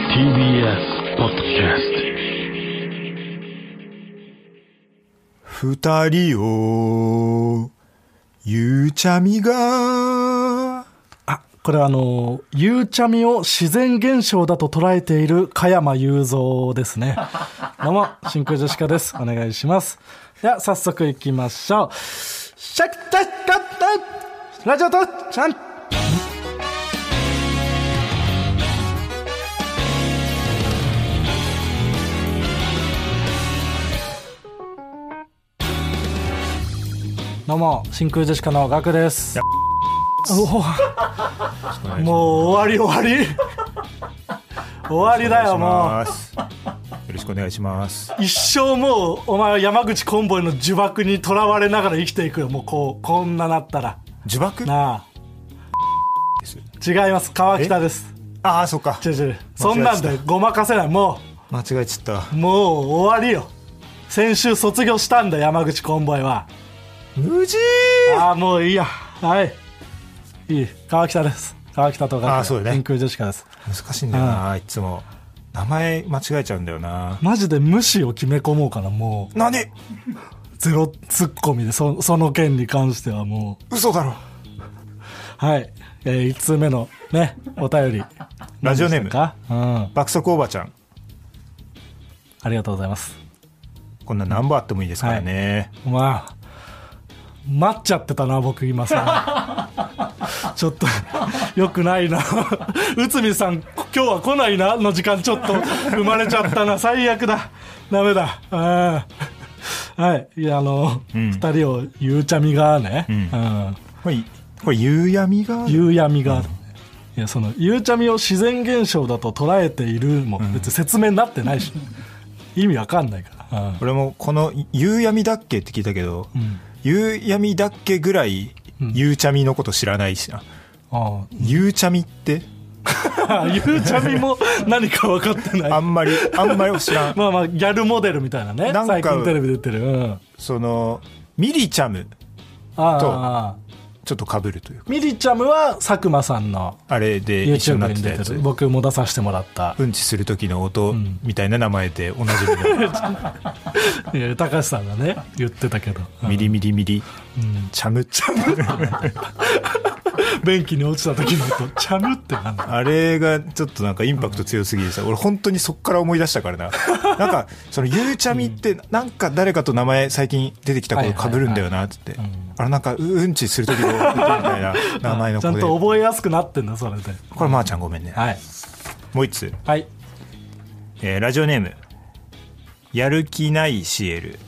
TBS ポッドキャ二人を、ゆうちゃみが、あ、これはあの、ゆうちゃみを自然現象だと捉えている加山雄三ですね。どうも、真空ジェシカです。お願いします。では、早速行きましょう。シャキタッタッタッラジオとちゃんどうも、真空ジェシカのガクです。おおもう終わり 終わり終わりだよもうう。よろしくお願いします。一生もうお前は山口コンボイの呪縛にとらわれながら生きていくよもうこうこんななったら呪縛なあす違います川北ですああ、そっか違う。違うそんなんでごまかせないも間違えちゃった。うもう終わりよ先週卒業したんだ山口コンボイは無事ああもういいやはいいい川北です川北とかあーそうだね真空ジェシカです難しいんだよな、いつも。名前間違えちゃうんだよな。マジで無視を決め込もうかなもう何ゼロツッコミでそその件に関してはもう嘘だろ。はい、えー、1通目のねお便り ラジオネーム何でした、か、うん、爆速おばちゃん。ありがとうございますこんな何本あってもいいですからね。まあ待っちゃってたな僕今さ ちょっとよくない な内海さん今日は来ないなの時間ちょっと生まれちゃったな最悪だダメだうんはいいやあの、二ん人をゆうちゃみがね、んうんこれ、これ夕闇がある。夕闇がある、いやそのゆうちゃみを自然現象だと捉えているも別に説明になってな いし、意味わかんないから、うん俺もこの夕闇だっけって聞いたけど、夕闇だっけぐらい、ゆうちゃみのこと知らないしな。あ ゆうちゃみって、あゆうちゃみも何か分かってないあんまり、あんまり知 らん。まあまあギャルモデルみたいなねなんか最近テレビ出てる、うん、あその、ミリチャム、あちょっと被るというか、ミリちゃむは佐久間さんのあれで一緒になっ YouTube てにた出やてつる。僕も出させてもら ったうんちする時の音みたいな名前で同じみの、いや高橋さんがね言ってたけど、 ミリミリミリ、チャムチャム。便器に落ちた時の音「ちゃむ」って なんだあれがちょっとなんかインパクト強すぎてさ、俺本当にそっから思い出したから な。なんか、そのゆうちゃみって、なんか誰かと名前最近出てきたこと被るんだよな、つって。あれなんか、ううんちする時の音みたいな名前のちゃ 子んで。とこ覚えやすくなってんだそれでれまーちゃんごめんね。はいもう一つ。はいえーラジオネームやる気ないシエル、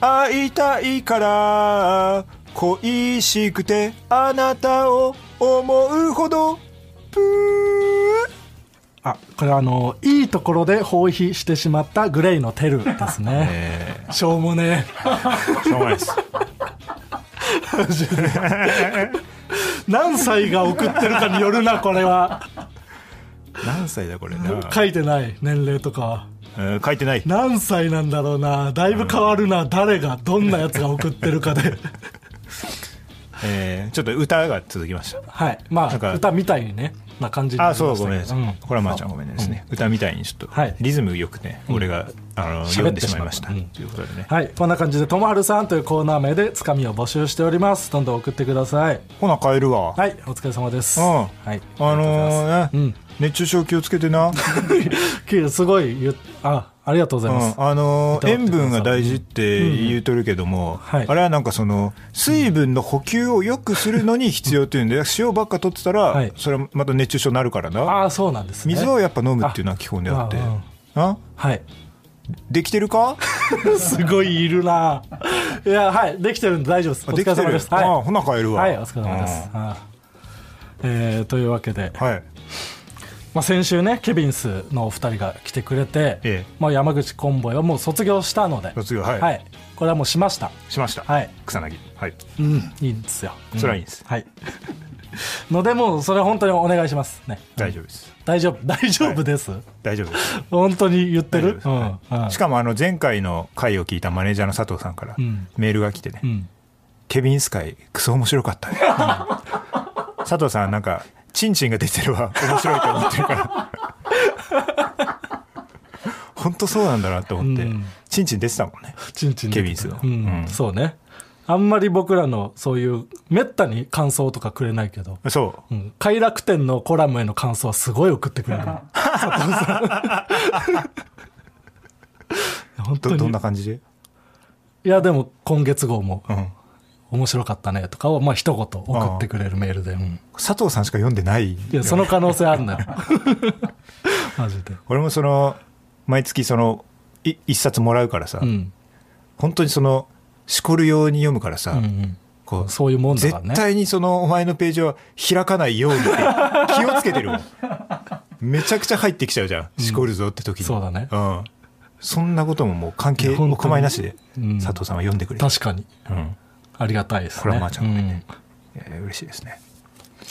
会いたいから恋しくてあなたを思うほどプあこれはあのいいところで放棄してしまったグレイのテルですー、ね、えしょうもねー、しょうがない ですえ何歳が送ってるかによるなこれは何歳だこれな、書いてない年齢とかはうん書いてない何歳なんだろうなだいぶ変わるな誰がどんなやつが送ってるかでえーちょっと歌が続きましたはいまなんあか歌みたいにねな感じになりあましたけそどうごめんなさい、うんこれはまーちゃんごめんなさいね、歌みたいにちょっとはいリズムよくね、俺があの喋読っんでてししままっいたました、ということでねはいこんな感じで「ともはるさん」というコーナー名でつかみを募集しておりますどんどん送ってくださいほな帰るわはいお疲れ様ですうんはいあのーね、うん熱中症気をつけて な、うきすごい言っあありがとうございます、んあのーいただいてください塩分が大事って言うとるけども、はいあれはなんかその水分の補給をよくするのに必要っていうんで、塩ばっか取ってたら、はいそれはまた熱中症になるからなああそうなんですね水をやっぱ飲むっていうのは基本であってあうんあはいできてるかすごいいるないやはいできてるんで大丈夫ですあ おで疲きれて様るですはあほな帰るい、わはい、お疲れ様です、はいえーというわけで、うんはいまあ、先週ねケビンスのお二人が来てくれて、ええまあ、山口コンボイはもう卒業したので卒業はい、これはもうしましたしました、はい草薙はいうんいいんですよそれはいいです、はいのでもうそれ本当にお願いしますね大丈夫です大丈夫大丈夫です、大丈夫です本当に言ってる、大丈夫ですうんうんしかもあの前回の回を聞いたマネージャーの佐藤さんからんメールが来てね、ん ケビンス会クソ面白かったね佐藤さんなんかチンチンが出てれば面白いと思ってるから。 本当そうなんだなって思って、うんチンチン出てたもんね。チンチンケビンスのうんうんそうねあんまり僕らのそういうめったに感想とかくれないけど、そうん、快楽天のコラムへの感想はすごい送ってくれる佐藤さん本う。当ど、にどんな感じでいやでも今月号もうん。面白かったねとかをまあ一言送ってくれるメールで、うん佐藤さんしか読んでない。いやその可能性あるんだよ マジで俺もその、毎月その、い一冊もらうからさ、うん本当にその、しこるように読むからさ、うんうんこう、そういうもんだからね絶対にそのお前のページは開かないようにって気をつけて るもんめちゃくちゃ入ってきちゃうじゃん、しこるぞって時にそうだねんそんなことももう関係いや本当にお構いなしでうん佐藤さんは読んでくれる、確かにうんありがたいですねこれはまあちゃんとうんえー嬉しいですね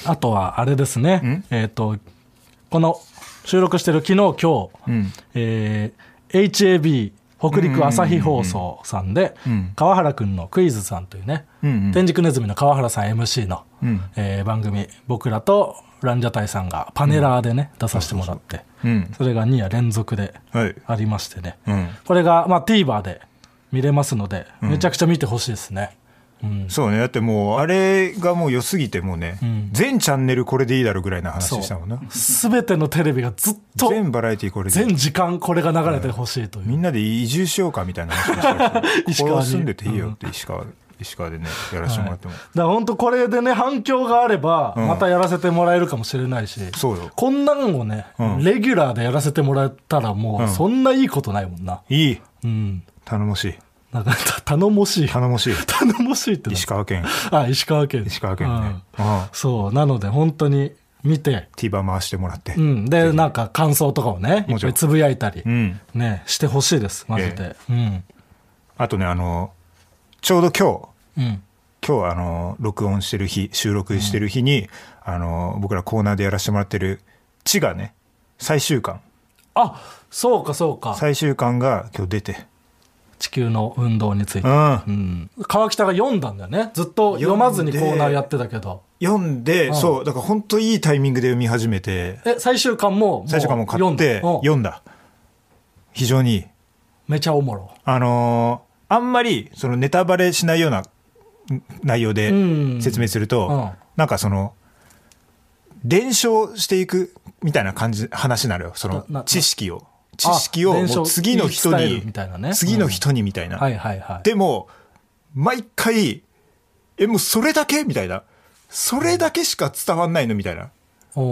あとはあれですね。えっ、と、この収録してる昨日今日、うんえー HAB 北陸朝日放送さんで、うん川原くんのクイズさんというね、うんうん天竺ネズミの川原さん MC の、うんえー番組、僕らとランジャタイさんがパネラーでね、出させてもらって、うんそれが2夜連続ではいありましてね。うんこれが、まあ、TVer で見れますので、めちゃくちゃ見てほしいですね。うんそうねだってもうあれがもう良すぎてもうね、ん全チャンネルこれでいいだろうぐらいな話したもんなすべてのテレビがずっと全バラエティーこれでいい全時間これが流れてほしいという、みんなで移住しようかみたいな話をしたりして 石こ川にこ住んでていいよって石川、石川でねやらせてもらっても、だから本当これでね反響があればんまたやらせてもらえるかもしれないし、そうよこんなんをね、うんレギュラーでやらせてもらったらもうんそんないいことないもんないいうん頼もしいなんかた頼もしい 頼頼もしいもしいってな石川県あ石川県石川県ね、ううんん、そうなので本当に見て TVer 回してもらって、うんでなんか感想とかをねいもっちぱろいんつぶやいたり、うんねしてほしいですマジで、あとねあのちょうど今うんうん日今日あの録音してる日収録してる日に、あの僕らコーナーでやらせてもらってる「地」がね最終巻あそうかそうか最終巻が今日出て地球の運動についてう、ん、うん川北が読んだんだよねずっと読まずにコーナーやってたけど読んで、うんそうだから本当いいタイミングで読み始めてえ最終巻ももう最初からもう買って読んだうん読んだ非常にいいめちゃおもろあのーあんまりそのネタバレしないようなうん内容でうん説明すると、うんなんかその伝承していくみたいな感じ話になるよそななの知識を知識を伝承もう次の人言い伝えにるみたいなね次の人にみたいな、はいはいはいでも毎回えもうそれだけみたいなそれだけしか伝わんないのみたいなおうおう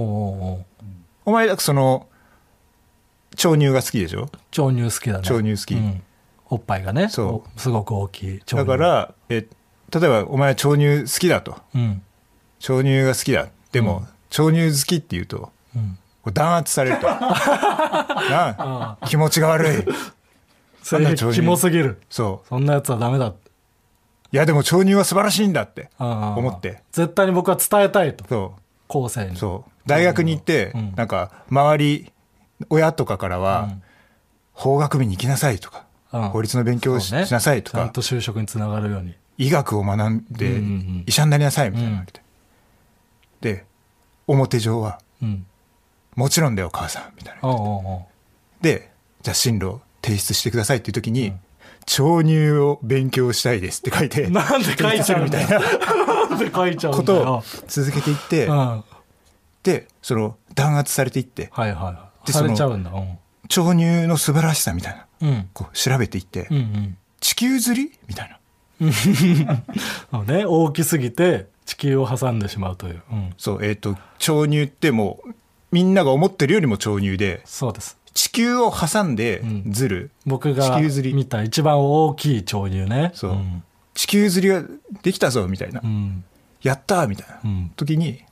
おうお前だその潮乳が好きでしょ超乳好きだね超乳好きうんおっぱいがねそおすごく大きい超だか乳らえ例えばお前は潮乳好きだとうん潮乳が好きだでも、潮乳好きって言うとうんこう弾圧される となあ気持ちが悪いそれ超乳キモすぎるそうそんなやつはダメだいやでも潮乳は素晴らしいんだってあー思って絶対に僕は伝えたいとそ後世にうそう大学に行って、うんなんか周り親とかからは、うん法学部に行きなさいとか、うん法律の勉強をし,、そうねなさいとちゃんかと就職につながるように医学を学んでうんうんうん医者になりなさいみたいな言われて、で表上はうん「もちろんだよ母さん」みたいなおうおうおうで、じゃあ進路提出してくださいっていう時に、潮入を勉強したいですって書いて、 なんで書いちゃうんだよ。なんで書いちゃうこんだとをよ。続けていってうん。、はいで、その弾圧されていって、はいはい。でさそのれちゃうんだ。うん。潮入の素晴らしさみたいな、うん。こう調べていって、うんうん。地球釣りみたいな。そうね、大きすぎて地球を挟んでしまうという。うん。そう、えっ、と、潮入ってもう、みんなが思ってるよりも潮入で、そうです。地球を挟んでんずる、僕が地球釣り見た一番大きい潮流ね。そう、うん。地球釣りができたぞみたいな、うん。やったーみたいな、うん時に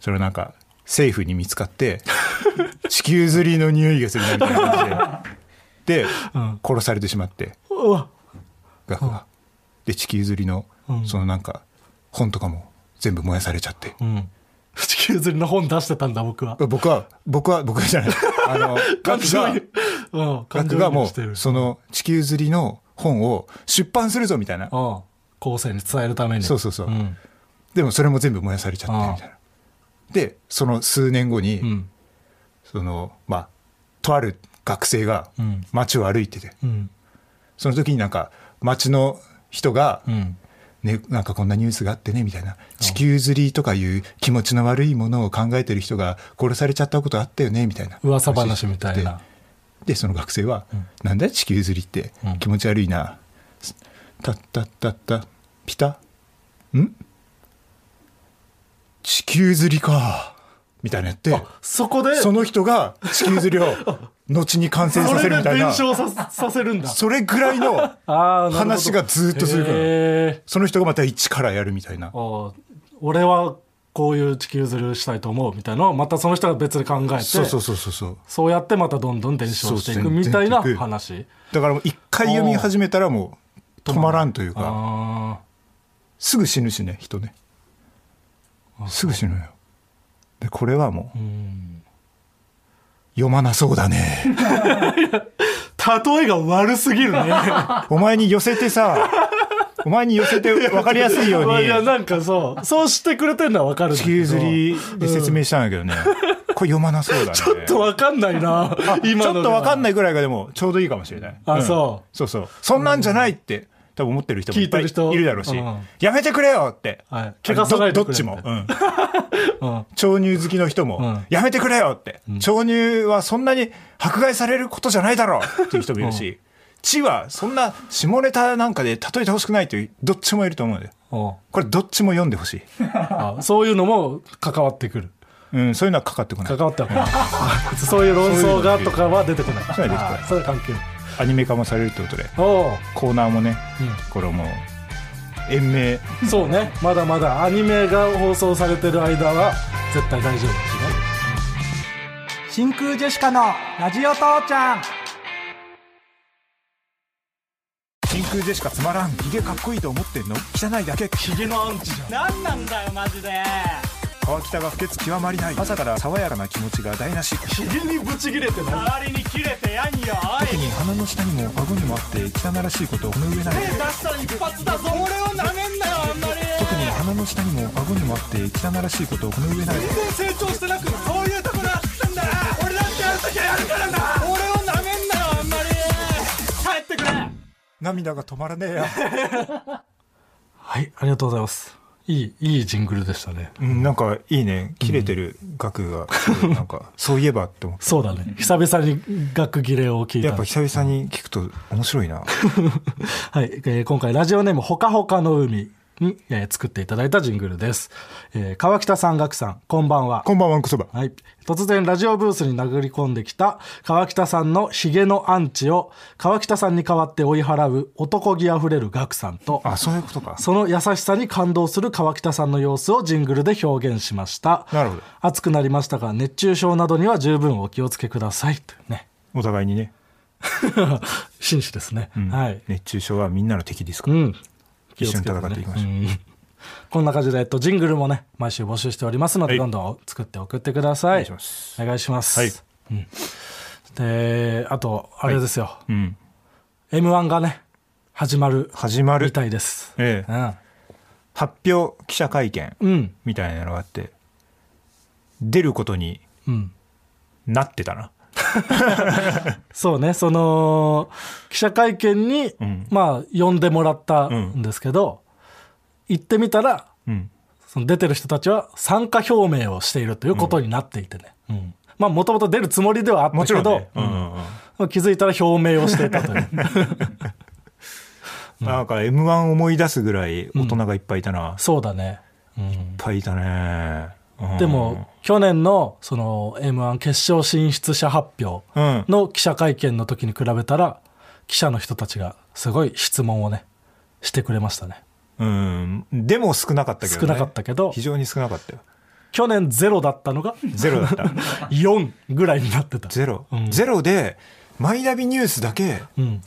それをなんか政府に見つかって 地球釣りの匂いがするなみたいな感じでで、うん殺されてしまってうわ学が、で地球釣りの、うんそのなんか本とかも全部燃やされちゃって、うん。地球釣りの本出してたんだ、僕は。僕は僕は僕はじゃないあ の感学情が移うん。感学情が移入もしてるう。その地球釣りの本を出版するぞみたいなうん。後世に伝えるために。そうそうそううん。でもそれも全部燃やされちゃってみたいなで、その数年後に、うんその、まあ、とある学生がうん街を歩いてて、うんその時になんか街の人が、うんね、なんかこんなニュースがあってねみたいな地球釣りとかいう気持ちの悪いものを考えてる人が殺されちゃったことあったよねみたいな噂話みたいなでその学生は「なんだよ地球釣りってうん気持ち悪いな」たったったったピタん地球釣りか」みたいなやってそこでその人が地球釣りを後に完成さそせるれみでたい伝な承ささせるんだそれぐらいのあーなるほど話がずーっとするからへーその人がまた一からやるみたいなあー俺はこういう地球ずるしたいと思うみたいなのをまたその人が別で考えてそうそうそうそうそうそうやってまたどんどん伝承していくみたいな話だからもう一回読み始めたらもう止まらんというかあすぐ死ぬしね人ねすぐ死ぬよでこれはもうーうん読まなそうだ ね例えが悪すぎるねお前に寄せてさお前に寄せて分かりやすいようまあにい やなんかそうそうしてくれてるのはわかるんだ地けど球釣りで説明したんだけどねこれ読まなそうだねちょ ちょっとわかんないな今ちょっと分かんなないいぐらいがでもちょうどいいかもしれないあんそうそうそうそんなんじゃないって多分思ってる人もいっぱい聞いてる人いるだろうしうんやめてくれよってはい怪我さないでどどくれっちもうんうん超乳好きの人も、うんやめてくれよって、超乳はそんなに迫害されることじゃないだろ うっていう人もいるし、地はそんな下ネタなんかで例えてほしくないという、どっちもいると思うのよ。うんこれどっちも読んでほしい。 あそういうのも関わってくるうん、そういうのはかかってこない関。わってはこない そういう論争がとかは出てこないそういうのは出てこないあそういう関係アニメ化もされるってことで、おコーナーもね、うこれもう、延命。うそうねまだまだアニメが放送されてる間は絶対大丈夫だしね真空ジェシカのラジオ父ちゃん真空ジェシカつまらん。ヒゲかっこいいと思ってんの汚いだけ。ヒゲのアンチじゃん。何なんだよマジで川北が不潔極まりない。朝から爽やかな気持ちが台無し。ヒゲにブチ切れてない周りに切れてやんよおい特に鼻の下にも顎にもあって汚らしいことをこの上ない。出したら一発だぞ俺を舐めんなよあんまり特に鼻の下にも顎にもあって汚らしいことをこの上な全い然成長してなくそういうところあったんだ俺だってある時はやるからな俺を舐めんなよあんまり帰ってくれ涙が止まらねえや、はいありがとうございますいいいいジングルでしたねうん、なんかいいね切れてる額 が、なんかそういえばって思ってそうだね久々に楽切れを聞いたやっぱ久々に聞くと面白いな はい、えー今回ラジオネームほかほかの海に、えー作っていただいたジングルです、えー川北さん岳さんこんばんはこんばんはんこそばはい、突然ラジオブースに殴り込んできた川北さんのヒゲのアンチを川北さんに代わって追い払う男気あふれる岳さんとあそういうことかその優しさに感動する川北さんの様子をジングルで表現しましたなるほど暑くなりましたが熱中症などには十分お気をつけくださいというね お互いにね、紳士ですね、うんはい熱中症はみんなの敵ですかうら、ん。一緒に戦っていきましょううんこんな感じで、えっと、ジングルもね、毎週募集しておりますので、はいどんどん作って送ってください。お願いします。お願いします。はいうんで、あと、あれですよ。うん M1 がね、始まる始まみるたいです。ええ発表記者会見うん。うん。みたいなのがあって出ることにうん。なってたなそうね、その、記者会見に、うんまあ、呼んでもらったんですけど、行ってみたら、うんその出てる人たちは参加表明をしているということになっていてね、うんまあもともと出るつもりではあったもちろん、けど、ねうんうんうんうん気づいたら表明をしていたという なんか m 1思い出すぐらい大人がいっぱいいたな、いっそうだね、うんぱいいたね、うんでも去年のその m 1決勝進出者発表うんの記者会見の時に比べたら記者の人たちがすごい質問をねしてくれましたねうん、でも少なかったけど、ね、少なかったけど非常に少なかったよ去年ゼロだったのがゼロだった4ぐらいになってたゼロ、うんゼロでマイナビニュースだけうん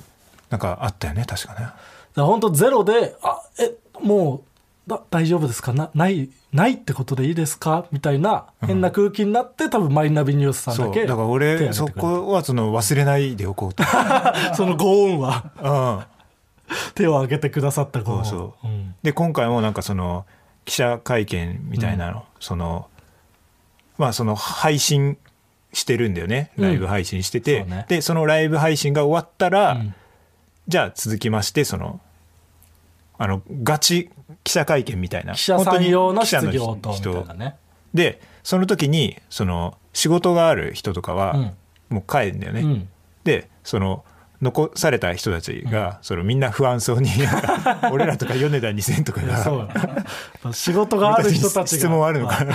なんかあったよね確かねだから本当ゼロで、あ、え、もう、だ大丈夫ですかなない、ないってことでいいですかみたいな変な空気になって、多分マイナビニュースさんそだうけ。だから手俺挙そげてくれこはその忘れないでおこうと、 た。そのご恩は、うん、手を挙げてくださったご恩。そうそううんで今回もなんかその記者会見みたいなの、そのまあその配信してるんだよね。ライブ配信してて。うんそうねで、そのライブ配信が終わったら、うんじゃあ続きまして、その、あの、ガチ記者会見みたいな。記者さん用本の当質に記者業とみたい人なねで、その時に、その、仕事がある人とかは、もう帰るんだよね。うんでその残された人たちが、そのみんな不安そうに なんか俺らとか米田2000とかいやそうがだなやっぱ仕事がある人たちが質問あるのかな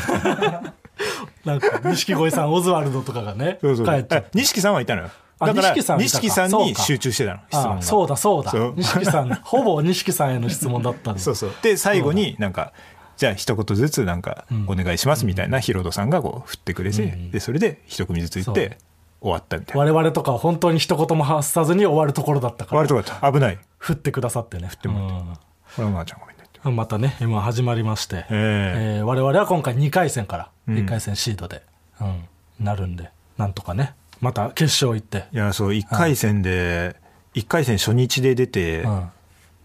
なんか錦鯉さんオズワルドとかがねそうそう帰っちゃあっ錦さんはいたのよあだから錦さんはいたか錦さんそうにか集中してたの質問あがそうだそうだそう錦さ んほぼ錦さんへの質問だったんでそうそうで最後になんかじゃあ一言ずつなんかんお願いしますみたいなヒロドさんがこう振ってくれて、でそれで一組ずつ言っそて終わったみたいな我々とかは本当に一言も発さずに終わるところだったから割とよかった危ない振ってくださってね振ってもこれはまあちゃんごめんねってまたね m 1始まりまして、ええー我々は今回2回戦からうん1回戦シードで、うんなるんでなんとかねまた決勝行って、いやそう1回戦で、一1回戦初日で出て、うん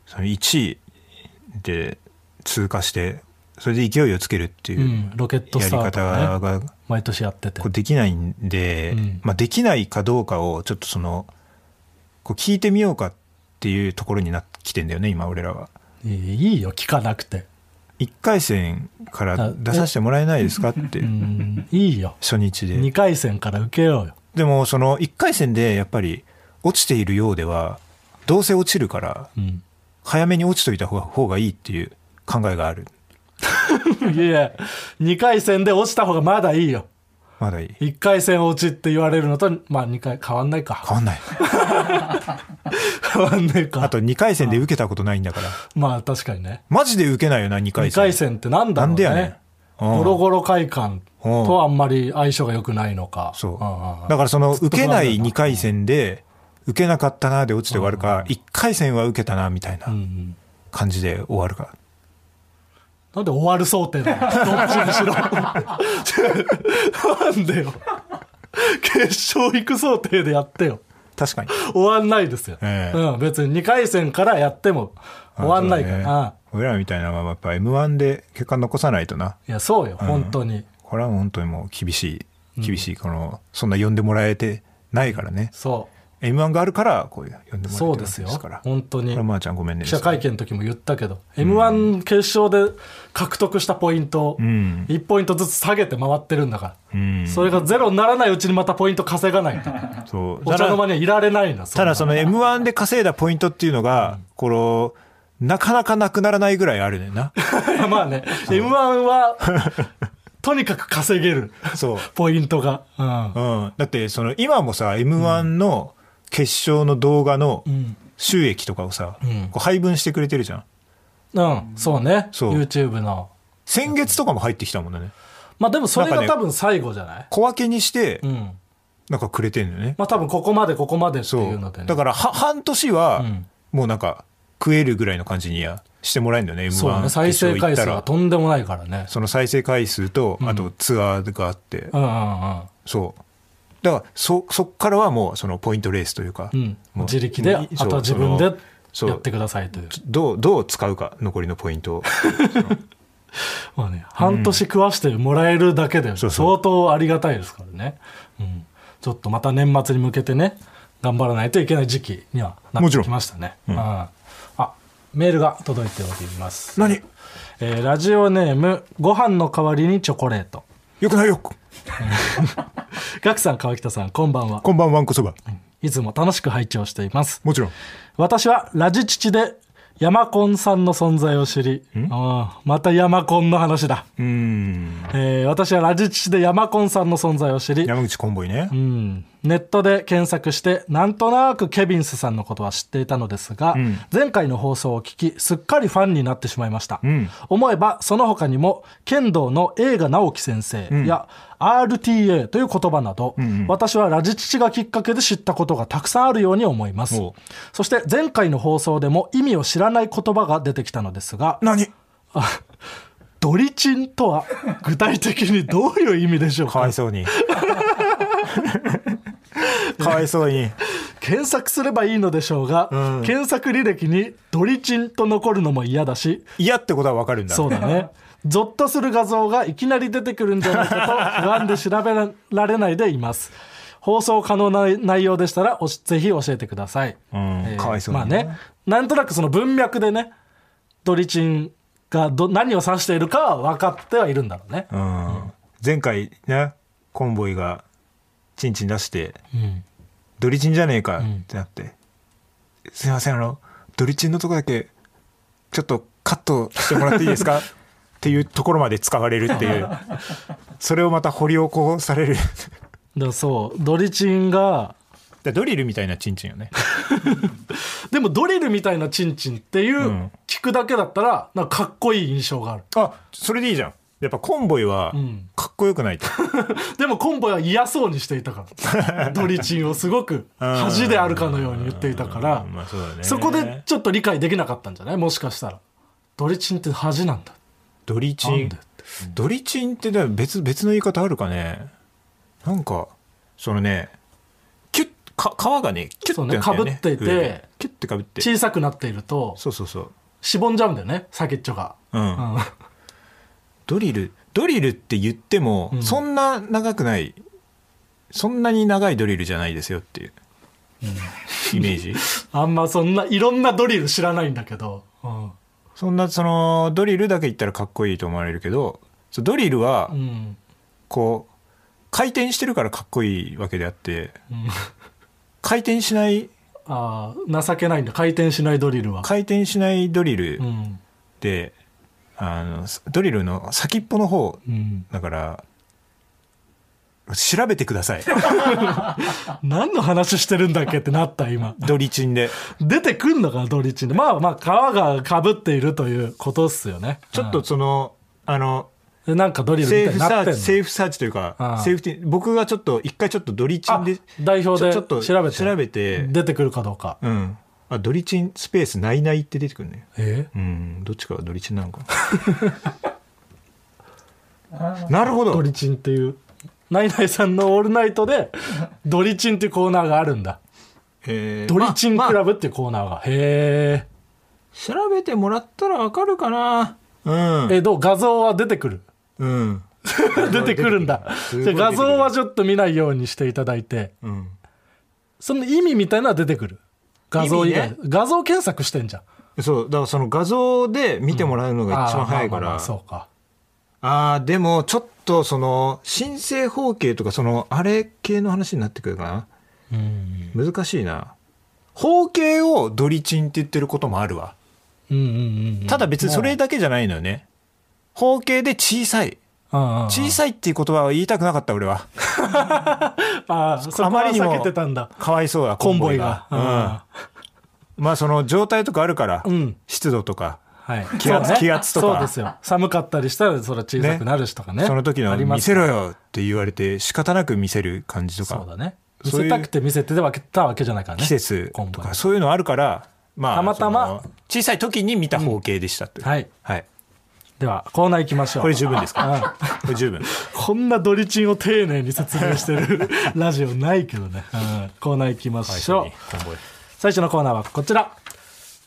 その1位で通過してそれで勢いをつけるっていううんロケットやりスター方トが、ね、が毎年やっててこうできないんで、うんまあ、できないかどうかをちょっとそのこう聞いてみようかっていうところになってきてんだよね今俺らは。いいいいよ聞かなくて1回戦から出させてもらえないですかってうんい いよ初日2で。回戦から受けようよでもその1回戦でやっぱり落ちているようではどうせ落ちるからうん 早めに落ちといた方が方がいいっていう考えがある。いやいや2回戦で落ちた方がまだいいよまだいい。 1回戦落ちって言われるのとまあ2回変わんないか変わんない。変わんないかあと2回戦で受けたことないんだから。まあ確かにねマジで受けないよな、2回戦。2回戦ってなんだなろうんでやねねん。うんゴロゴロ快感とあんまり相性が良くないのかそんんうんう。だからその、受けないずっと不安だな2回戦で、受けなかったなで落ちて終わるか、1回戦は受けたな、みたいうんうなん感じで終わるか。なんで終わる想定なのどっちにしろ。 なんでよ。決勝行く想定でやってよ。確かに。終わんないですよ。ええうん、別に2回戦からやっても終わんないから。そうだねああ俺らみたいなのはやっぱ M1 で結果残さないとな。いや、そうよ、本当に。これは本当にもう厳しい、厳しい、この、そんな呼んでもらえてないからね。そ M1 があるから、こういう呼んでもらえてう。るそうですよわけから。。本当こにれ。まーちゃんごめんね。記者会見の時も言ったけど、M1 決勝で獲得したポイントをん1ポイントずつ下げて回ってるんだかうんら。。それがゼロにならないうちにまたポイント稼がないと。そう。お茶の間にはいられないな、そたんなだその M1 で稼いだポイントっていうのが、この、なかなかなくならないぐらいあるねん な。いやまあね、M1 は、とにかく稼げる。そう。ポイントが。うんうん。だって、その、今もさ、M1 の決勝の動画のん収益とかをさ、んこう配分してくれてるじゃん。うん、そうね。そう YouTube の。先月とかも入ってきたもんね。まあでもそれながんか多ね分最後じゃない、小分けにしてう、ん。なんかくれてんのよね。まあ多分ここまでここまでってそいうのうで、。ね。だから、は、半年はん、もうなんか、食えるぐらいの感じにはしてもらえるんだよね、そう M1 ね。再生回決数勝行がったら。とんでもないからね。その再生回数と、あとツアーがあって、うんうんうん。そう。だから、そ、そっからはもう、その、ポイントレースというか、うん、もう自力で、あいとは自分でそうやってくださいという。どう、どう使うか、残りのポイン トを。まあね、半年食わしてもらえるだけでそうそう相当ありがたいですからね。うん。ちょっとまた年末に向けてね、頑張らないといけない時期にはなってきましたね。うん、あ、メールが届いております。何えーラジオネーム、ご飯の代わりにチョコレート。よくないよガクさん、川北さん、こんばんは。こんばんはんこそば。いつも楽しく拝聴しています。もちろん。私はラジチチで山コンさんの存在を知り、ああまた山コンの話だ。うーん。えー私はラジチチで山コンさんの存在を知り、山口コンボイね。うんネットで検索してなんとなくケビンスさんのことは知っていたのですが、前回の放送を聞きすっかりファンになってしまいました、ん思えばその他にも剣道の映画直樹先生や RTA という言葉など、私はラジチチがきっかけで知ったことがたくさんあるように思いますおうそして前回の放送でも意味を知らない言葉が出てきたのですが何ドリチンとは具体的にどういう意味でしょうかわかいそう に。かわいそうに。検索すればいいのでしょうが、ん検索履歴にドリチンと残るのも嫌だし、嫌ってことはわかるんだ。 そうだね。ゾッとする画像がいきなり出てくるんじゃないかと不安で調べられないでいます。放送可能な内容でしたらおしぜひ教えてください。うんかわいそうまにあね、なんとなくその文脈でね、ドリチンがど何を指しているかは分かってはいるんだろうね。うん前回ねコンボイがチンチン出してうん「ドリチンじゃねえか」ってなって「すいませんあのドリチンのとこだけちょっとカットしてもらっていい ですか? 」っていうところまで使われるっていうそれをまた掘り起こされるだかだからそう、ドリチンが、らドリルみたいなチンチンよねでもドリルみたいなチンチンっていう、ん聞くだけだったら、なんかかっこいい印象がある。あそれでいいじゃんやっぱコンボイはんかっこよくないと、でもコンボイは嫌そうにしてい たから、ドリチンをすごく 恥であるかのように言っていたから、まあそうだねそこでちょっと理解できなかったんじゃないもしかしたら。ドリチンって恥なんだ。ドリチなんンでってドリチンってでも別別の言い方あるかねなんかそのねキュッか皮がねキュッてなそうだねよ被っていて上でキュッてかぶって小さくなっていると、そうそうそうしぼんじゃうんだよね、先っちょが。うんうんドリルドリルって言っても、うんそんな長くないそんなに長いドリルじゃないですよっていう、イメージあんまそんな、いろんなドリル知らないんだけど。うんそんなそのドリルだけ言ったらかっこいいと思われるけどそうドリルはうん。こう回転してるからかっこいいわけであってうん回転しないああ、情けないんだ。回転しないドリルは。回転しないドリル、うん。であのドリルの先っぽの方うん。だから調べてくだ さい何の話してるんだっけってなった、今。ドリチンで出てくんのかな、ドリチンで。まあまあ、皮が被っているということっすよね。ちょっとそのあのうん、でなんかドリルみたセーいにフサなってーんチのセーフサーチというかああセーフティー僕がちょっと一回ちょっとドリチンであ代表でちょちょっと調べて調べて出てくるかどうか。うんあドリチンスペースないないって出てくるねえうんどっちかがドリチンなのか ななるほドどリチンっていう。ナイナイさんのオールナイト で、ドリチンっていうコーナーがあるんだ。えードリチンまあクまあラブっていうコーナーが。へ調べてもらったらわかるかなうんえ。え、どう画像は出てく るうん出てくるんだ。すごいじ出ゃあてくる画像はちょっと見ないようにしていただいて、うんその意味みたいなのは出てくる。画像以外。意味画像検索してんじゃん。そう、だからその画像で見てもらうのが一番早いかあーまら。あまあまあそあうか。あー、でもちょっとその申請方形とかそのあれ系の話になってくるかうん。な。難しいな。方形をドリチンって言ってることもあるわ。うんうんうん。ただ別にそれだけじゃないのよね。方形で小さい。小小さいっていう言葉は言いたくなかった俺は。あーそこはあまりにも避けてたんだ。かわいそうだ、コンボイが。コンボイがうん。まあその状態とかあるから、うん湿度とか。はい。気圧そうね気圧とかそうですよ。寒かったりしたら、それは小さくなるしとかね。その時のありま見すせよろよって言われて仕方なく見せる感じとそうだか、ね。見そういうせたくて見せてで分けたわけじゃないからね。季節コンボとイはかそういうのあるから、まあ、たまたまその小さい時に見た方形でしたという。はい。はい。では、コーナー行きましょう。これ十分ですうんかこれ十分。こんなドリチンを丁寧に説明してる ラジオないけどね。うんコーナー行きましょう。コンボイ最初のコーナーはこちら。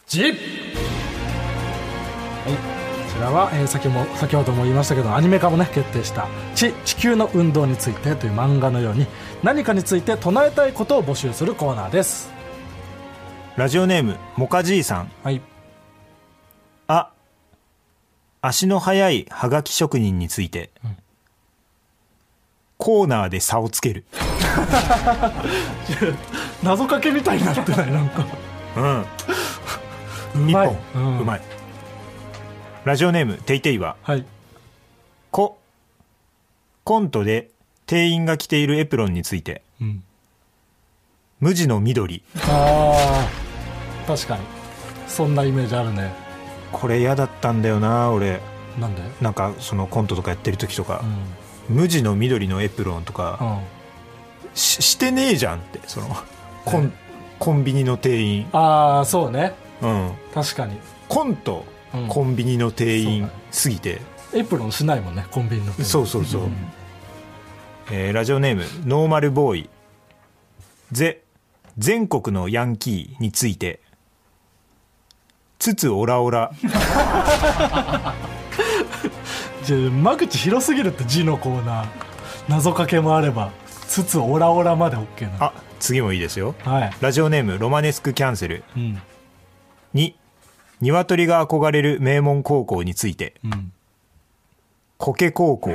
ジップはい。こちらは、えー先も先ほども言いましたけどアニメ化もね決定した「地地球の運動について」という漫画のように何かについて唱えたいことを募集するコーナーですラジオネーム、モカじいさん。はいあ、足の速いはがき職人について。コーナーで差をつける。謎かけみたいになってないなんかうん。う一まい本。うんうまい。ラジオネーム、ていていは。はいココントで店員が着ているエプロンについてうん無地の緑あー確かにそんなイメージあるねこれ嫌だったんだよな俺なんでなんかそのコントとかやってる時とかう、ん無地の緑のエプロンとか、うんししてねえじゃんってそのコンコンビニの店員、ああそうねうん、確かにコント、うんコンビニの店そうだ員ねすぎてエプロンしないもんねコンビニのそううそうそう、えーラジオネームノーマルボーイぜ全国のヤンキーについてつつオラオラちょ間口広すぎるって字のコーナー謎かけもあればつつオラオラまで OK なあ次もいいですよはい、ラジオネームロマネスクキャンセルうん2鶏が憧れる名門高校についてうん、苔高校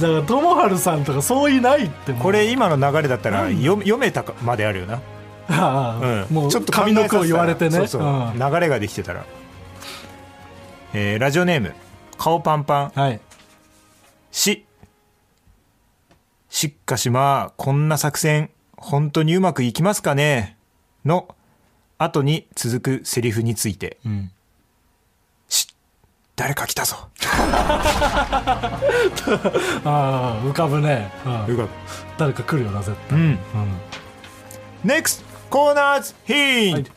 だから友春さんとかそういないってもうこれ今の流れだったら読読めたかまであるよな、ああうん、もうちちょょっっとと考えさせ髪の毛たをら言われてねそうそう、うん流れができてたら、えーラジオネーム顔パンパンはいししっかしまあこんな作戦本当にうまくいきますかねの後に続くセリフについてうんし誰か来たぞああ浮かぶね、うんうが誰か来るよな絶う対、んうん、 NEXT コーナーズヒント、はい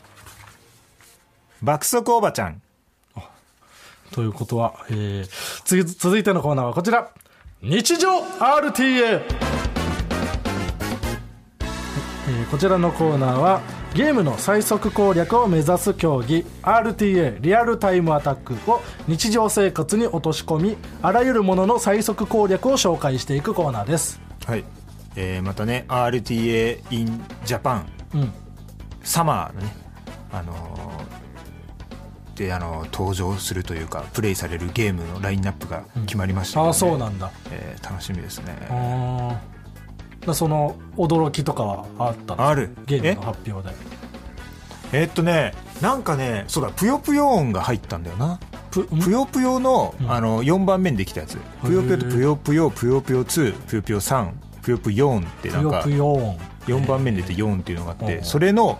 爆速おばちゃんということは、えー、次続いてのコーナーはこちら日常 RTA、えーこちらのコーナーはゲームの最速攻略を目指す競技 RTA リアルタイムアタックを日常生活に落とし込みあらゆるものの最速攻略を紹介していくコーナーですはい、えーまたね RTA in Japan うんサマーのねあのーであのー登場するというかプレイされるゲームのラインナップが決まりましたのでああそうなんだえー楽しみですねあーだその驚きとかはあったんですかあるゲームの発表でえーっとねなんかねそうだぷよぷよ音が入ったんだよなぷんぷよぷよの,、んあの4番目にできたやつぷよぷよとぷよぷよぷよぷよ2ぷよぷよ3ぷよぷよ4ってなぷんよかぷよ音4番目に出て4っていうのがあっうてんそれの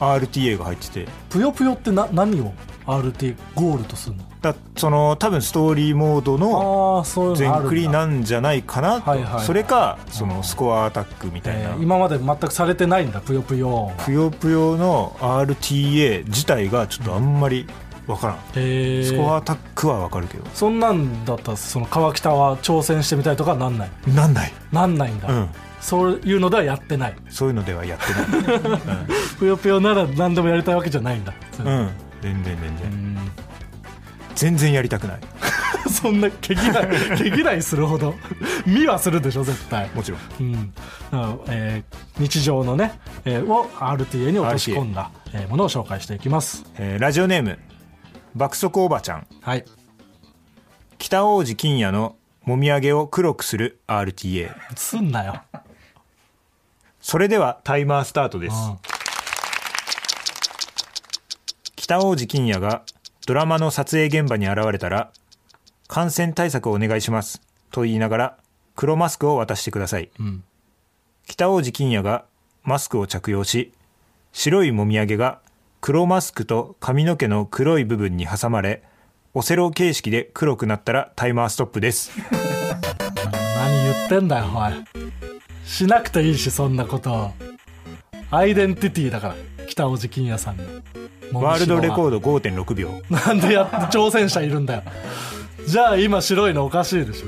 RTA が入っててぷよぷよってな何を RT ゴールとするのだその多分ストーリーモードのああーそういう全のあるクリんなだんじゃないかなと、はいはいはいそれかそのスコアアタックみたいえな、ー今まで全くされてないんだぷよぷよ音はぷよぷよの RTA 自体がちょっとあんまりわからん、へえスコアアタックはわかるけどそんなんだったらその川北は挑戦してみたいとかはなんないなんない、なんないんだ、うん、そういうのではやってないそういうのではやってない、ぷよぷよなら何でもやりたいわけじゃないんだうんうん、全然全う然ん全然やりたくないそんな 毛 嫌い毛嫌いするほど見はするでしょ絶対もちろんうんだからえー日常のね、えーを RTA に落とし込んだ、えーものを紹介していきますえーラジオネーム爆速おばちゃんはい北大路金也のもみあげを黒くする RTA すんなよ、それではタイマースタートですう北大路欣也がドラマの撮影現場に現れたら感染対策をお願いしますと言いながら黒マスクを渡してくださいんうん、北大路欣也がマスクを着用し白いもみあげが黒マスクと髪の毛の黒い部分に挟まれオセロ形式で黒くなったらタイマーストップです何言ってんだよおいしなくていいしそんなことアイデンティティだから北大路欣也さんのワールドレコーード5.6秒ドなんでやっ挑戦者いるんだよじゃあ今白いのおかしいでし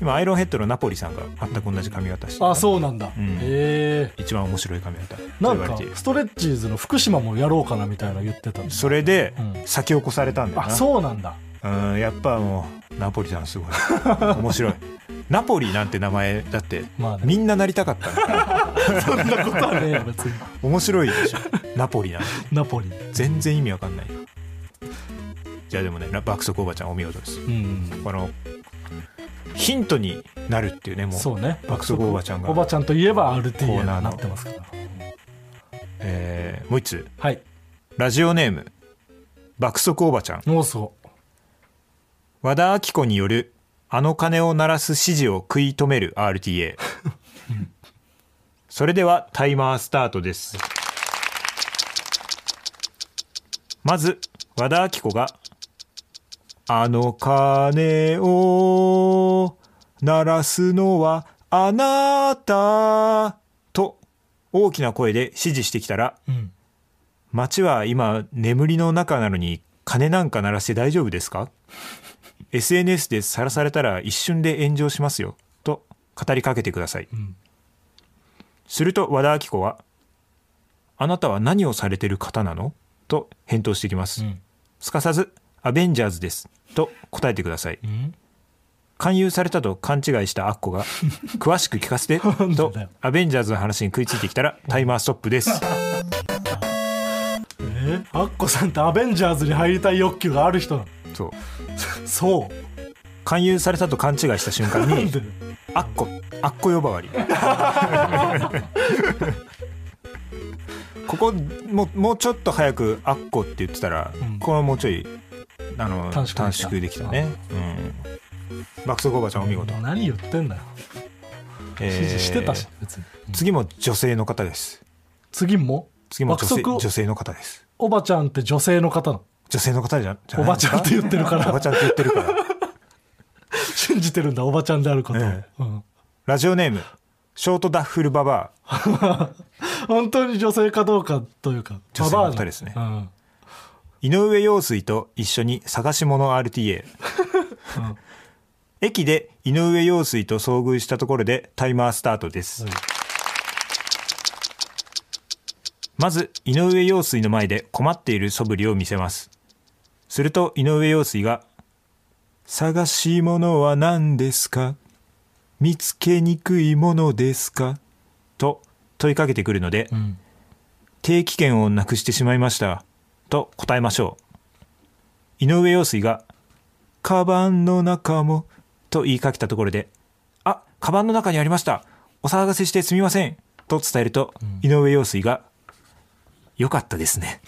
今アイロンヘッドのナポリさんが全く同じ髪型してょあたそうなんだ、んへえ一番面白い髪型とな言んわれかているストレッチーズの福島もやろうかなみたいなの言ってたそれでうん先を越されたんだよな、あそうなんだうんやっぱもうナポリさんす ごい面白いナポリなんて名前だって、まあねみんななりたかったのそんなことはねえよ 別に面白いでしょナポリなんてナポリ全然意味わかんないよじゃあでもねラ爆速おばちゃんお見事ですうんこのヒントになるっていうねもうそうね爆速おばちゃんがおばちゃんといえばコー RTA ナーにのなってますからえーもう一つはいラジオネーム爆速おばちゃんもうそ和田アキ子によるあの鐘を鳴らす指示を食い止める RTA それではタイマースタートですまず和田アキ子が「あの鐘を鳴らすのはあなた」と大きな声で指示してきたらううん街は今眠りの中なのに鐘なんか鳴らして大丈夫ですか ?SNS でさらされたら一瞬で炎上しますよと語りかけてください、んすると和田アキ子は「あなたは何をされてる方なの?」と返答してきます、うんすかさずアベンジャーズです。と答えてください。勧誘されたと勘違いしたアッコ が、詳しく聞かせて、と、アベンジャーズの話に食いついてきたら、タイマーストップです。えアッコさんってアベンジャーズに入りたい欲求がある人なそう。のそう勧誘されたと勘違いした瞬間に、 アッコ、アッコ呼ばわり。ここもうもうちょっと早く「アッコ」って言ってたら、んこのもうちょいあの短短縮縮できできたたね、うん、爆速おばちゃんお見事、何言ってんだよえー指示してたし別に次も女性の方です次も次も女性爆女速性の方ですおばちゃんって女性の方 なの女性の方じゃじゃおないばちゃんって言ってるかおばらちゃんって言ってるから信じてるんだおばちゃんであることを、えうんラジオネームショートダッフルババア本当に女性かどうかというか女性のババア方ですねうん井上陽水と一緒に探し物 RTA 駅で井上陽水と遭遇したところでタイマースタートです、うんまず井上陽水の前で困っている素振りを見せますすると井上陽水が「探し物は何ですか見つけにくいものですか?」と問いかけてくるので、ん定期券をなくしてしまいましたと答えましょう井上陽水が「カバンの中も」と言いかけたところで「あカバンの中にありましたお騒がせしてすみません」と伝えると、井上陽水が「よかったですね」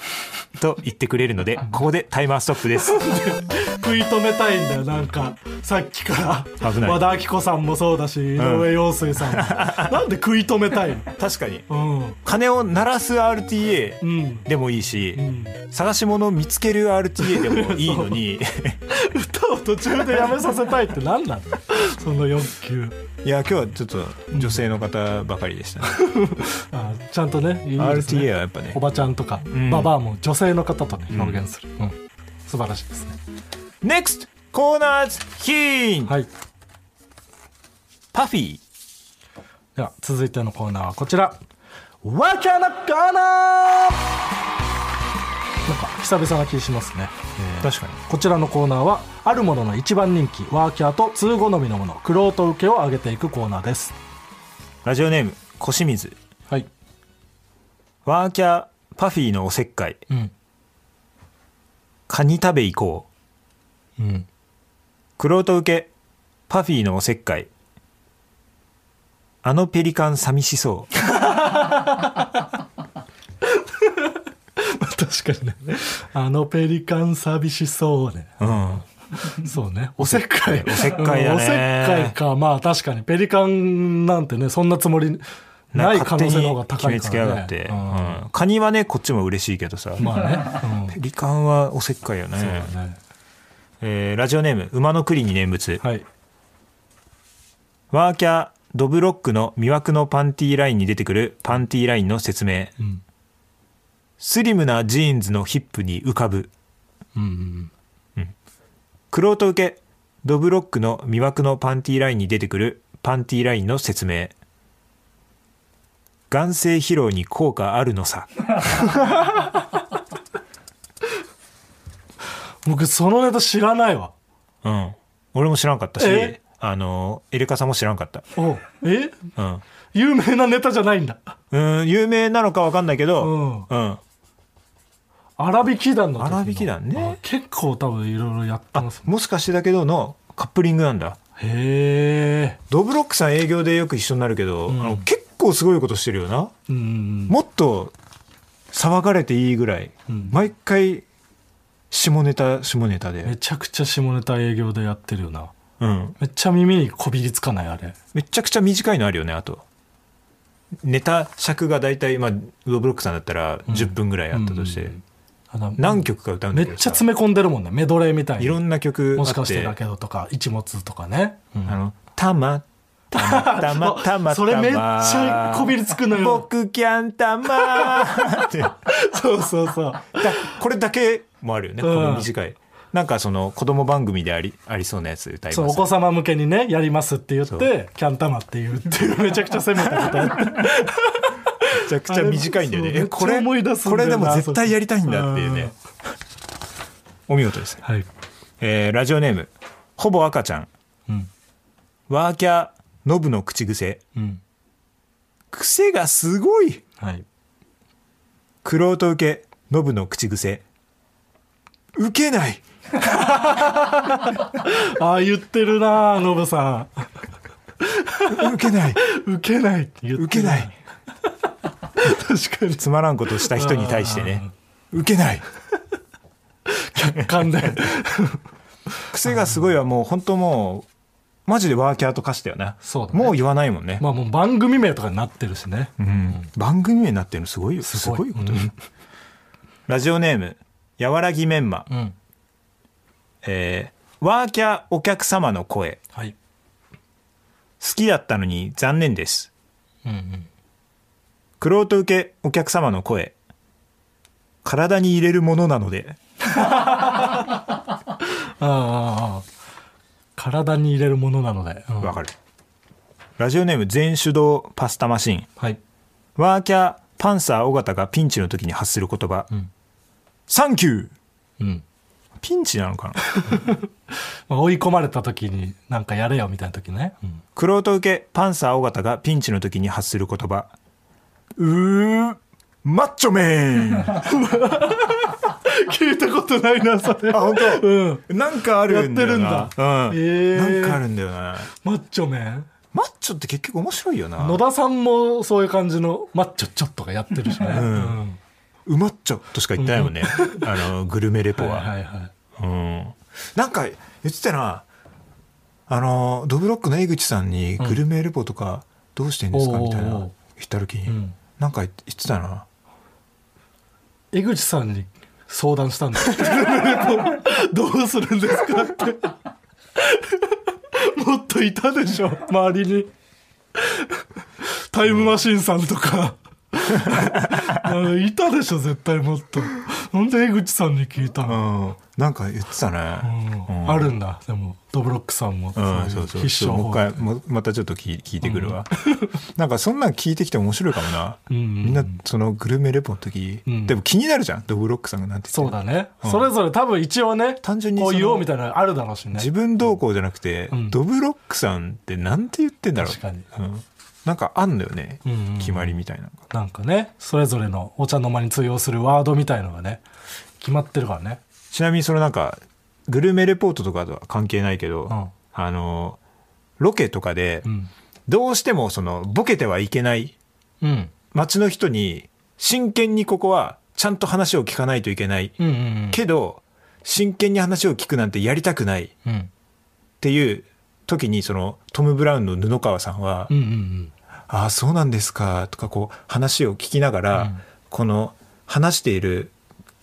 と言ってくれるのでここでタイマーストップ です食い止めたいんだよなんかさっきから危ない和田アキ子さんもそうだし井上陽水さんも、 なんで食い止めたい確かにのうん鐘を鳴らす RTA うんでもいいし、ん探し物を見つける RTA でもいいのに歌を途中でやめさせたいって何なの その欲求いや今日はちょっと女性の方ばかりでしたねあちゃんとねいいですね RTA はやっぱねおばちゃんとか、んババアも女性の方とね表現する、うん素晴らしいですね NEXT コーナーズヒンはいパフィーでは続いてのコーナーはこちらわけのコーナーなんか久々な気しますね、えー確かにこちらのコーナーはあるものの一番人気ワーキャーと通好みのものクロート受けを上げていくコーナーですラジオネーム小清水はい、ワーキャーパフィーのおせっかいうんカニ食べ行こううん、クロート受けパフィーのおせっかいあのペリカン寂しそう 確かにねあのペリカン寂しそうね うんそうねおせっかいおせっかいだねうんおせっかいかまあ確かにペリカンなんてねそんなつもりない可能性の方が高いから、ね、決めつけやがって、うんうんカニはねこっちも嬉しいけどさ、まあね、ペリカンはおせっかいよねうんねえーラジオネーム馬の栗に念仏はいワーキャードブロックの魅惑のパンティーラインに出てくるパンティーラインの説明、んスリムなジーンズのヒップに浮かぶうんクロート受けドブロックの魅惑のパンティーラインに出てくるパンティーラインの説明眼性疲労に効果あるのさ僕そのネタ知らないわうん俺も知らんかったしえあのエレカさんも知らんかったおうえうん有名なネタじゃないんだうん有名なのかわかんないけどうん、荒引き団の時の荒引き団ねあ結構多分いろいろやってますもんもしかしてだけどのカップリングなんだへえドブロックさん営業でよく一緒になるけど、んあの結構すごいことしてるよなうんもっと騒がれていいぐらい、うん毎回下ネタ下ネタめで、ちゃくちゃ下ネタ営業でやってるよなうん、めっちゃ耳にこびりつかないあれめちゃくちゃ短いのあるよねあとネタ尺が大体、まあ、ドブロックさんだったら10分ぐらいあったとして、うんあだ何曲か歌うんめだっけどちさゃ詰め込んでるもんねメドレーみたいにいろんな曲あもしかっしててだけどとか一物とかね、うんあの「たまたまた またまたま」それめっちゃこびりつくのよ僕キャンたまーって そうそうそうだこれだけもあるよね、うんこの短いなんかその子供番組でありありそうなやつ歌いそうまおす子様向けにねやりますって言っそうてキャン玉っていうって いうめちゃくちゃ攻めたことやってめちゃくちゃ短いんだよねあれえこれめっちゃ思い出すんこだよなれでも絶対やりたいんだっていうねお見事ですねはいえーラジオネームほぼ赤ちゃん、うんワーキャーノブの口癖うん癖がすごいはいクロート受けノブの口癖受けないああ言ってるなあノブさ受けないんウケないって言ってる受けない確かにつまらんことした人に対してね受けない客観で癖がすごいはもう本当もうマジでワーキャーと化したよなそうだねもう言わないもんね、まあもう番組名とかになってるしねうん、番組名になってるのすごいよすごいことよ、ラジオネームやわらぎメンマ、うんえーワーキャーお客様の声はい好きだったのに残念ですうんうんクロート受けお客様の声体に入れるものなのでああああ体に入れるものなので、うんわかるラジオネーム全手動パスタマシンはいワーキャーパンサー尾形がピンチの時に発する言葉、んサンキューうんピンチなのかなまあ、追い込まれた時になんかやれよみたいな時ね、うんクロート受けパンサー尾形がピンチの時に発する言葉うーマッチョメン あ聞いたことないなそれ本当うんなんかあるんだよなやってるんだうん、へーなんかあるんだよなマッチョ麺マッチョって結局面白いよな野田さんもそういう感じのマッチョちょっとがやってるしね、うんうまっちょとしか言ってないもんね、あのグルメレポは、はいはいはいうん、なんか言ってたなあのドブロックの江口さんにグルメレポとかどうしてんですか、おうおうおうみたいな言った時に、んなんか言ってたな江口さんに相談したんです どうするんですかって もっといたでしょ周りにタイムマシーンさんと かあのいたでしょ絶対もっとなんで江口さんに聞いたうの、んなんか言ってたね、うんあるんだでもドブロックさんも、うんいそうそう必勝もう一法回もまたちょっと聞い聞いてくるわ、 なんかそんなん聞いてきても面白いかもな、んうんうんみんなそのグルメレポの時、うんでも気になるじゃんドブロックさんがなんて言ってそうだね、うんそれぞれ多分一応ね単純にこそうの言おうみたいなのあるだろうしね自分同行じゃなくて、んドブロックさんってなんて言ってんだろう確かにうんなんかあんだよね、うんうんうん決まりみたいなのがなんかねそれぞれのお茶の間に通用するワードみたいのがね決まってるからねちなみにそのなんかグルメレポートとかとは関係ないけど、うんあのロケとかで、うんどうしてもそのボケてはいけないうん街の人に真剣にここはちゃんと話を聞かないといけない、うんうんけど真剣に話を聞くなんてやりたくないっうんうんていう時にそのトム・ブラウンの布川さんは「うんうんああそうなんですか」とかこう話を聞きながら、うんこの話している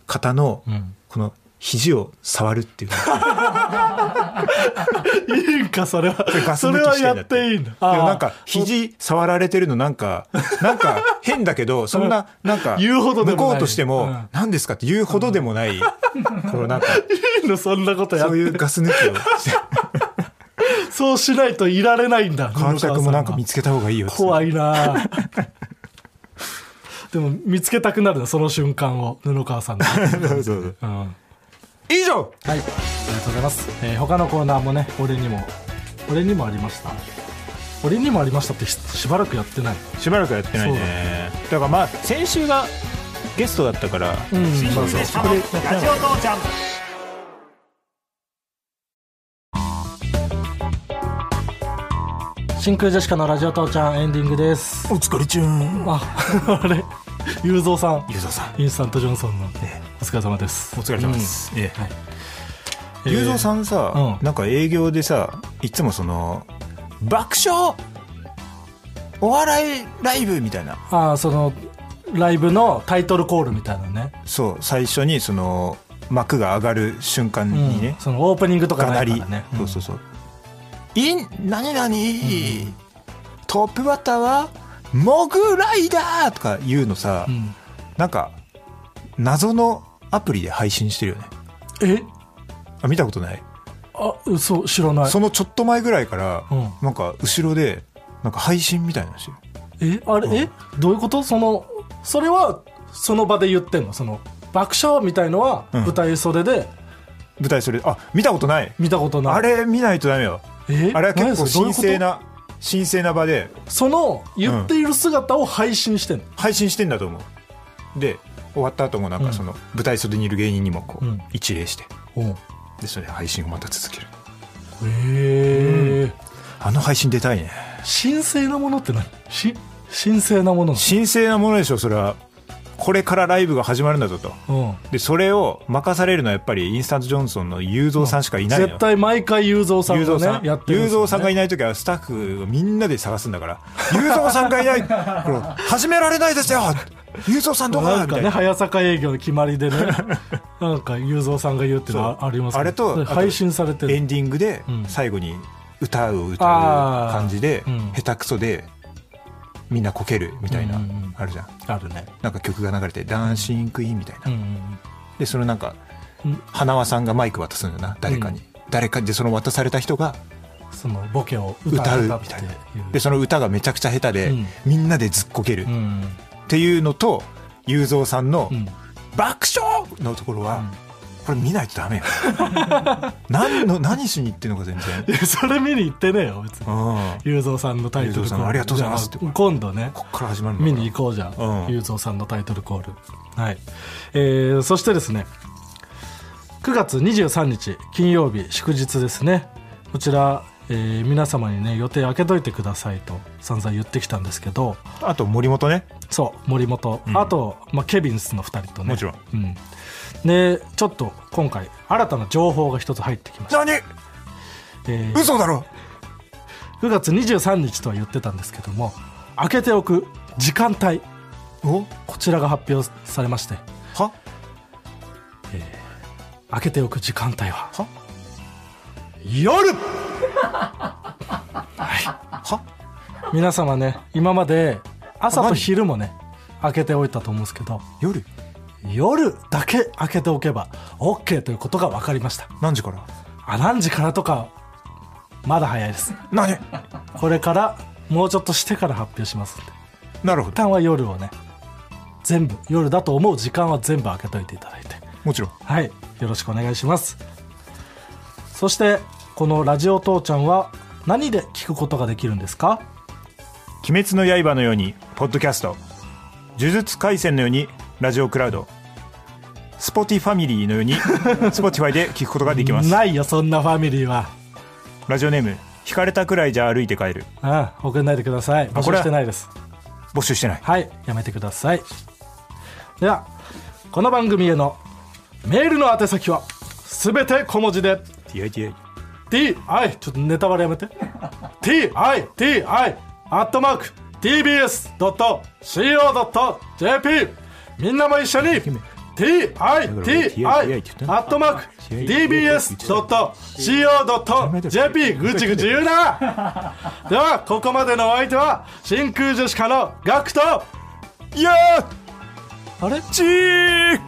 方のうんこの肘を触るっていう、 いいんかそれはガスそ抜れきはしてやんだっってていいんだでもなんあかー肘触られてるのなんかなんか変だけどそんななんか言うほどでもない向こうとしてうもん何ですかって言うほどでもないこのなんかいいのそんなことやっそうていうガス抜きを してそうしないといられないんだ川北君もなんか見つつけた方がいいよっつって怖いなあでも見つけたくなるなその瞬間を布 川さん の、そうそううん以上はい、ありがとうございます。えー他のコーナーもね、俺にも、俺にもありました。俺にもありましたってししばらくやってない。しばらくやってないそうだねだからまあ先週がゲストだったからうん、そうそうそこでラジオ父ちゃん真空ジェシカのラジオ父ちゃんエンディングです。お疲れちゅんあ、 あれ、ゆうぞうさん、ゆうぞうさんインスタントジョンソンの、お疲れ様です。お疲れ様ですええはい。ゆうぞうさんさ、うんなんか営業でさいつもその爆笑お笑いライブみたいなえー。ああ、その、ライブのタイトルコールみたいなね。そう最初にその幕が上がる瞬間うんにね、そのオープニングとかがなないかり、らね。そうそうそう「イン何々、トップバッターはモグライダー!」とか言うのさ、んなんか謎のアプリで配信してるよねうんえ、あ見たことないあ、嘘、知らないそ。のちょっと前ぐらいから、うんなんか後ろでなんか配信みたいなのしてるえあれ、えどういうことそのそれはその場で言ってんのその爆笑みたいのはうん舞台袖で舞台それあ見たことない見たことないあれ見ないとダメよえあれは結構何それどういう神こと聖な神聖な場でその言っている姿を配信してんの、配信してんだと思うで終わった後もなんかその舞台袖にいる芸人にもこううん一礼してうん、でそれで配信をまた続けるへえ、あの配信出たいね神聖なものって何し神聖なもの神聖なものでしょそれはこれからライブが始まるんだぞとうんでそれを任されるのはやっぱりインスタントジョンソンの雄三さんしかいないのよ絶対毎回雄三さん雄三さがんねやってるん雄ですよ三ねさんがいない時はスタッフをみんなで探すんだから雄三さんがいないこれ始められないですよ雄三さんどこなだんみかたいねな早坂営業の決まり でねなんか雄三さんが言うっていうのはそうありますけどあれとそあと配信されてエるンディングでうん最後に歌を歌うあー感じでうん下手くそでみんなこけるみたいなうんうんうんあるじゃんあるねなんか曲が流れて「ダンシングクイーン」みたいなうんうんでそのなんかうん花輪さんがマイク渡すんだよな誰かに、誰かにでその渡された人がそのボケを歌歌ううみたってたいいなうでその歌がめちゃくちゃ下手で、うんみんなでずっこける、うっんていうのと雄三さんのうん「爆笑!」のところは、これ見ないとダメ よ何の何しに行ってんのか全然いやそれ見に行ってねえよ別にうん雄三さんのタイト雄ル三コーさルんありがとうございますじゃあ今度ねこっから始まるのかな見に行こうじゃんうん雄三、さんのタイトルコールはい、えーそしてですね9月23日金曜日祝日ですねこちら、えー皆様にね予定開けといてくださいと散々言ってきたんですけどあと森本ねそう森本、あと、まあ、ケビンスの2人とねもちろん、うん、でちょっと今回新たな情報が一つ入ってきました、何えー嘘だろ9月23日とは言ってたんですけども開けておく時間帯おこちらが発表されましては開けておく時間帯はは夜は皆様ね今まで朝あと何昼もね開けておいたと思うんですけど夜夜だけ開けておけば OK ということが分かりました何時からあ何時からとかまだ早いです何これからもうちょっとしてから発表しますんでなるほ一ど旦は夜をね全部夜だと思う時間は全部開けといていただいてもちろんはい、よろしくお願いします。そして、このラジオ父ちゃんは何で聞くことができるんですか「鬼滅の刃」のようにポッドキャスト「呪術廻戦」のようにラジオクラウドスポティファミリーのよ うにスポティファイで聞くことができますないよ、そんなファミリーは。ラジオネーム「引かれたくらいじゃ歩いて帰るうん、送らないでください。募あこ集れしてないです。」募集してないはい、やめてください。では、この番組へのメールの宛先は、すべて小文字で、 TITA ti、ちょっとネタバレやめて。ti, ti, アットマーク、tbs.co.jp。みんなも一緒に、ti, ti, アットマーク、tbs.co.jp。ぐちぐち言 うなでは、ここまでのお相手は、真空ジェシカのガクと、いやーあれちー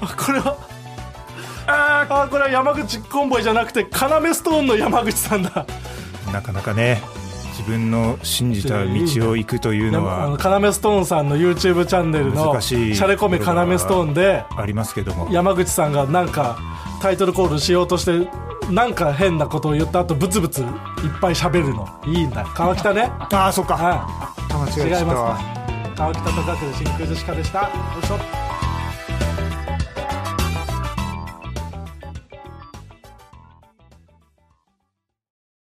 あこれはあーあこれは山口コンボイじゃなくて、要ストーンの山口さんだ。なかなかね自分の信じた道を行くというのあのは要ストーンさんの YouTube チャンネルの難シしいャレコメ要ストーンでありますけども山口さんがなんかタイトルコールしようとしてなんか変なことを言った後ブツブツいっぱい喋るのいいんだ川北ねああそっかは間い違えいちゃったわますか川北と学で真空ジェシカでしたよいしょ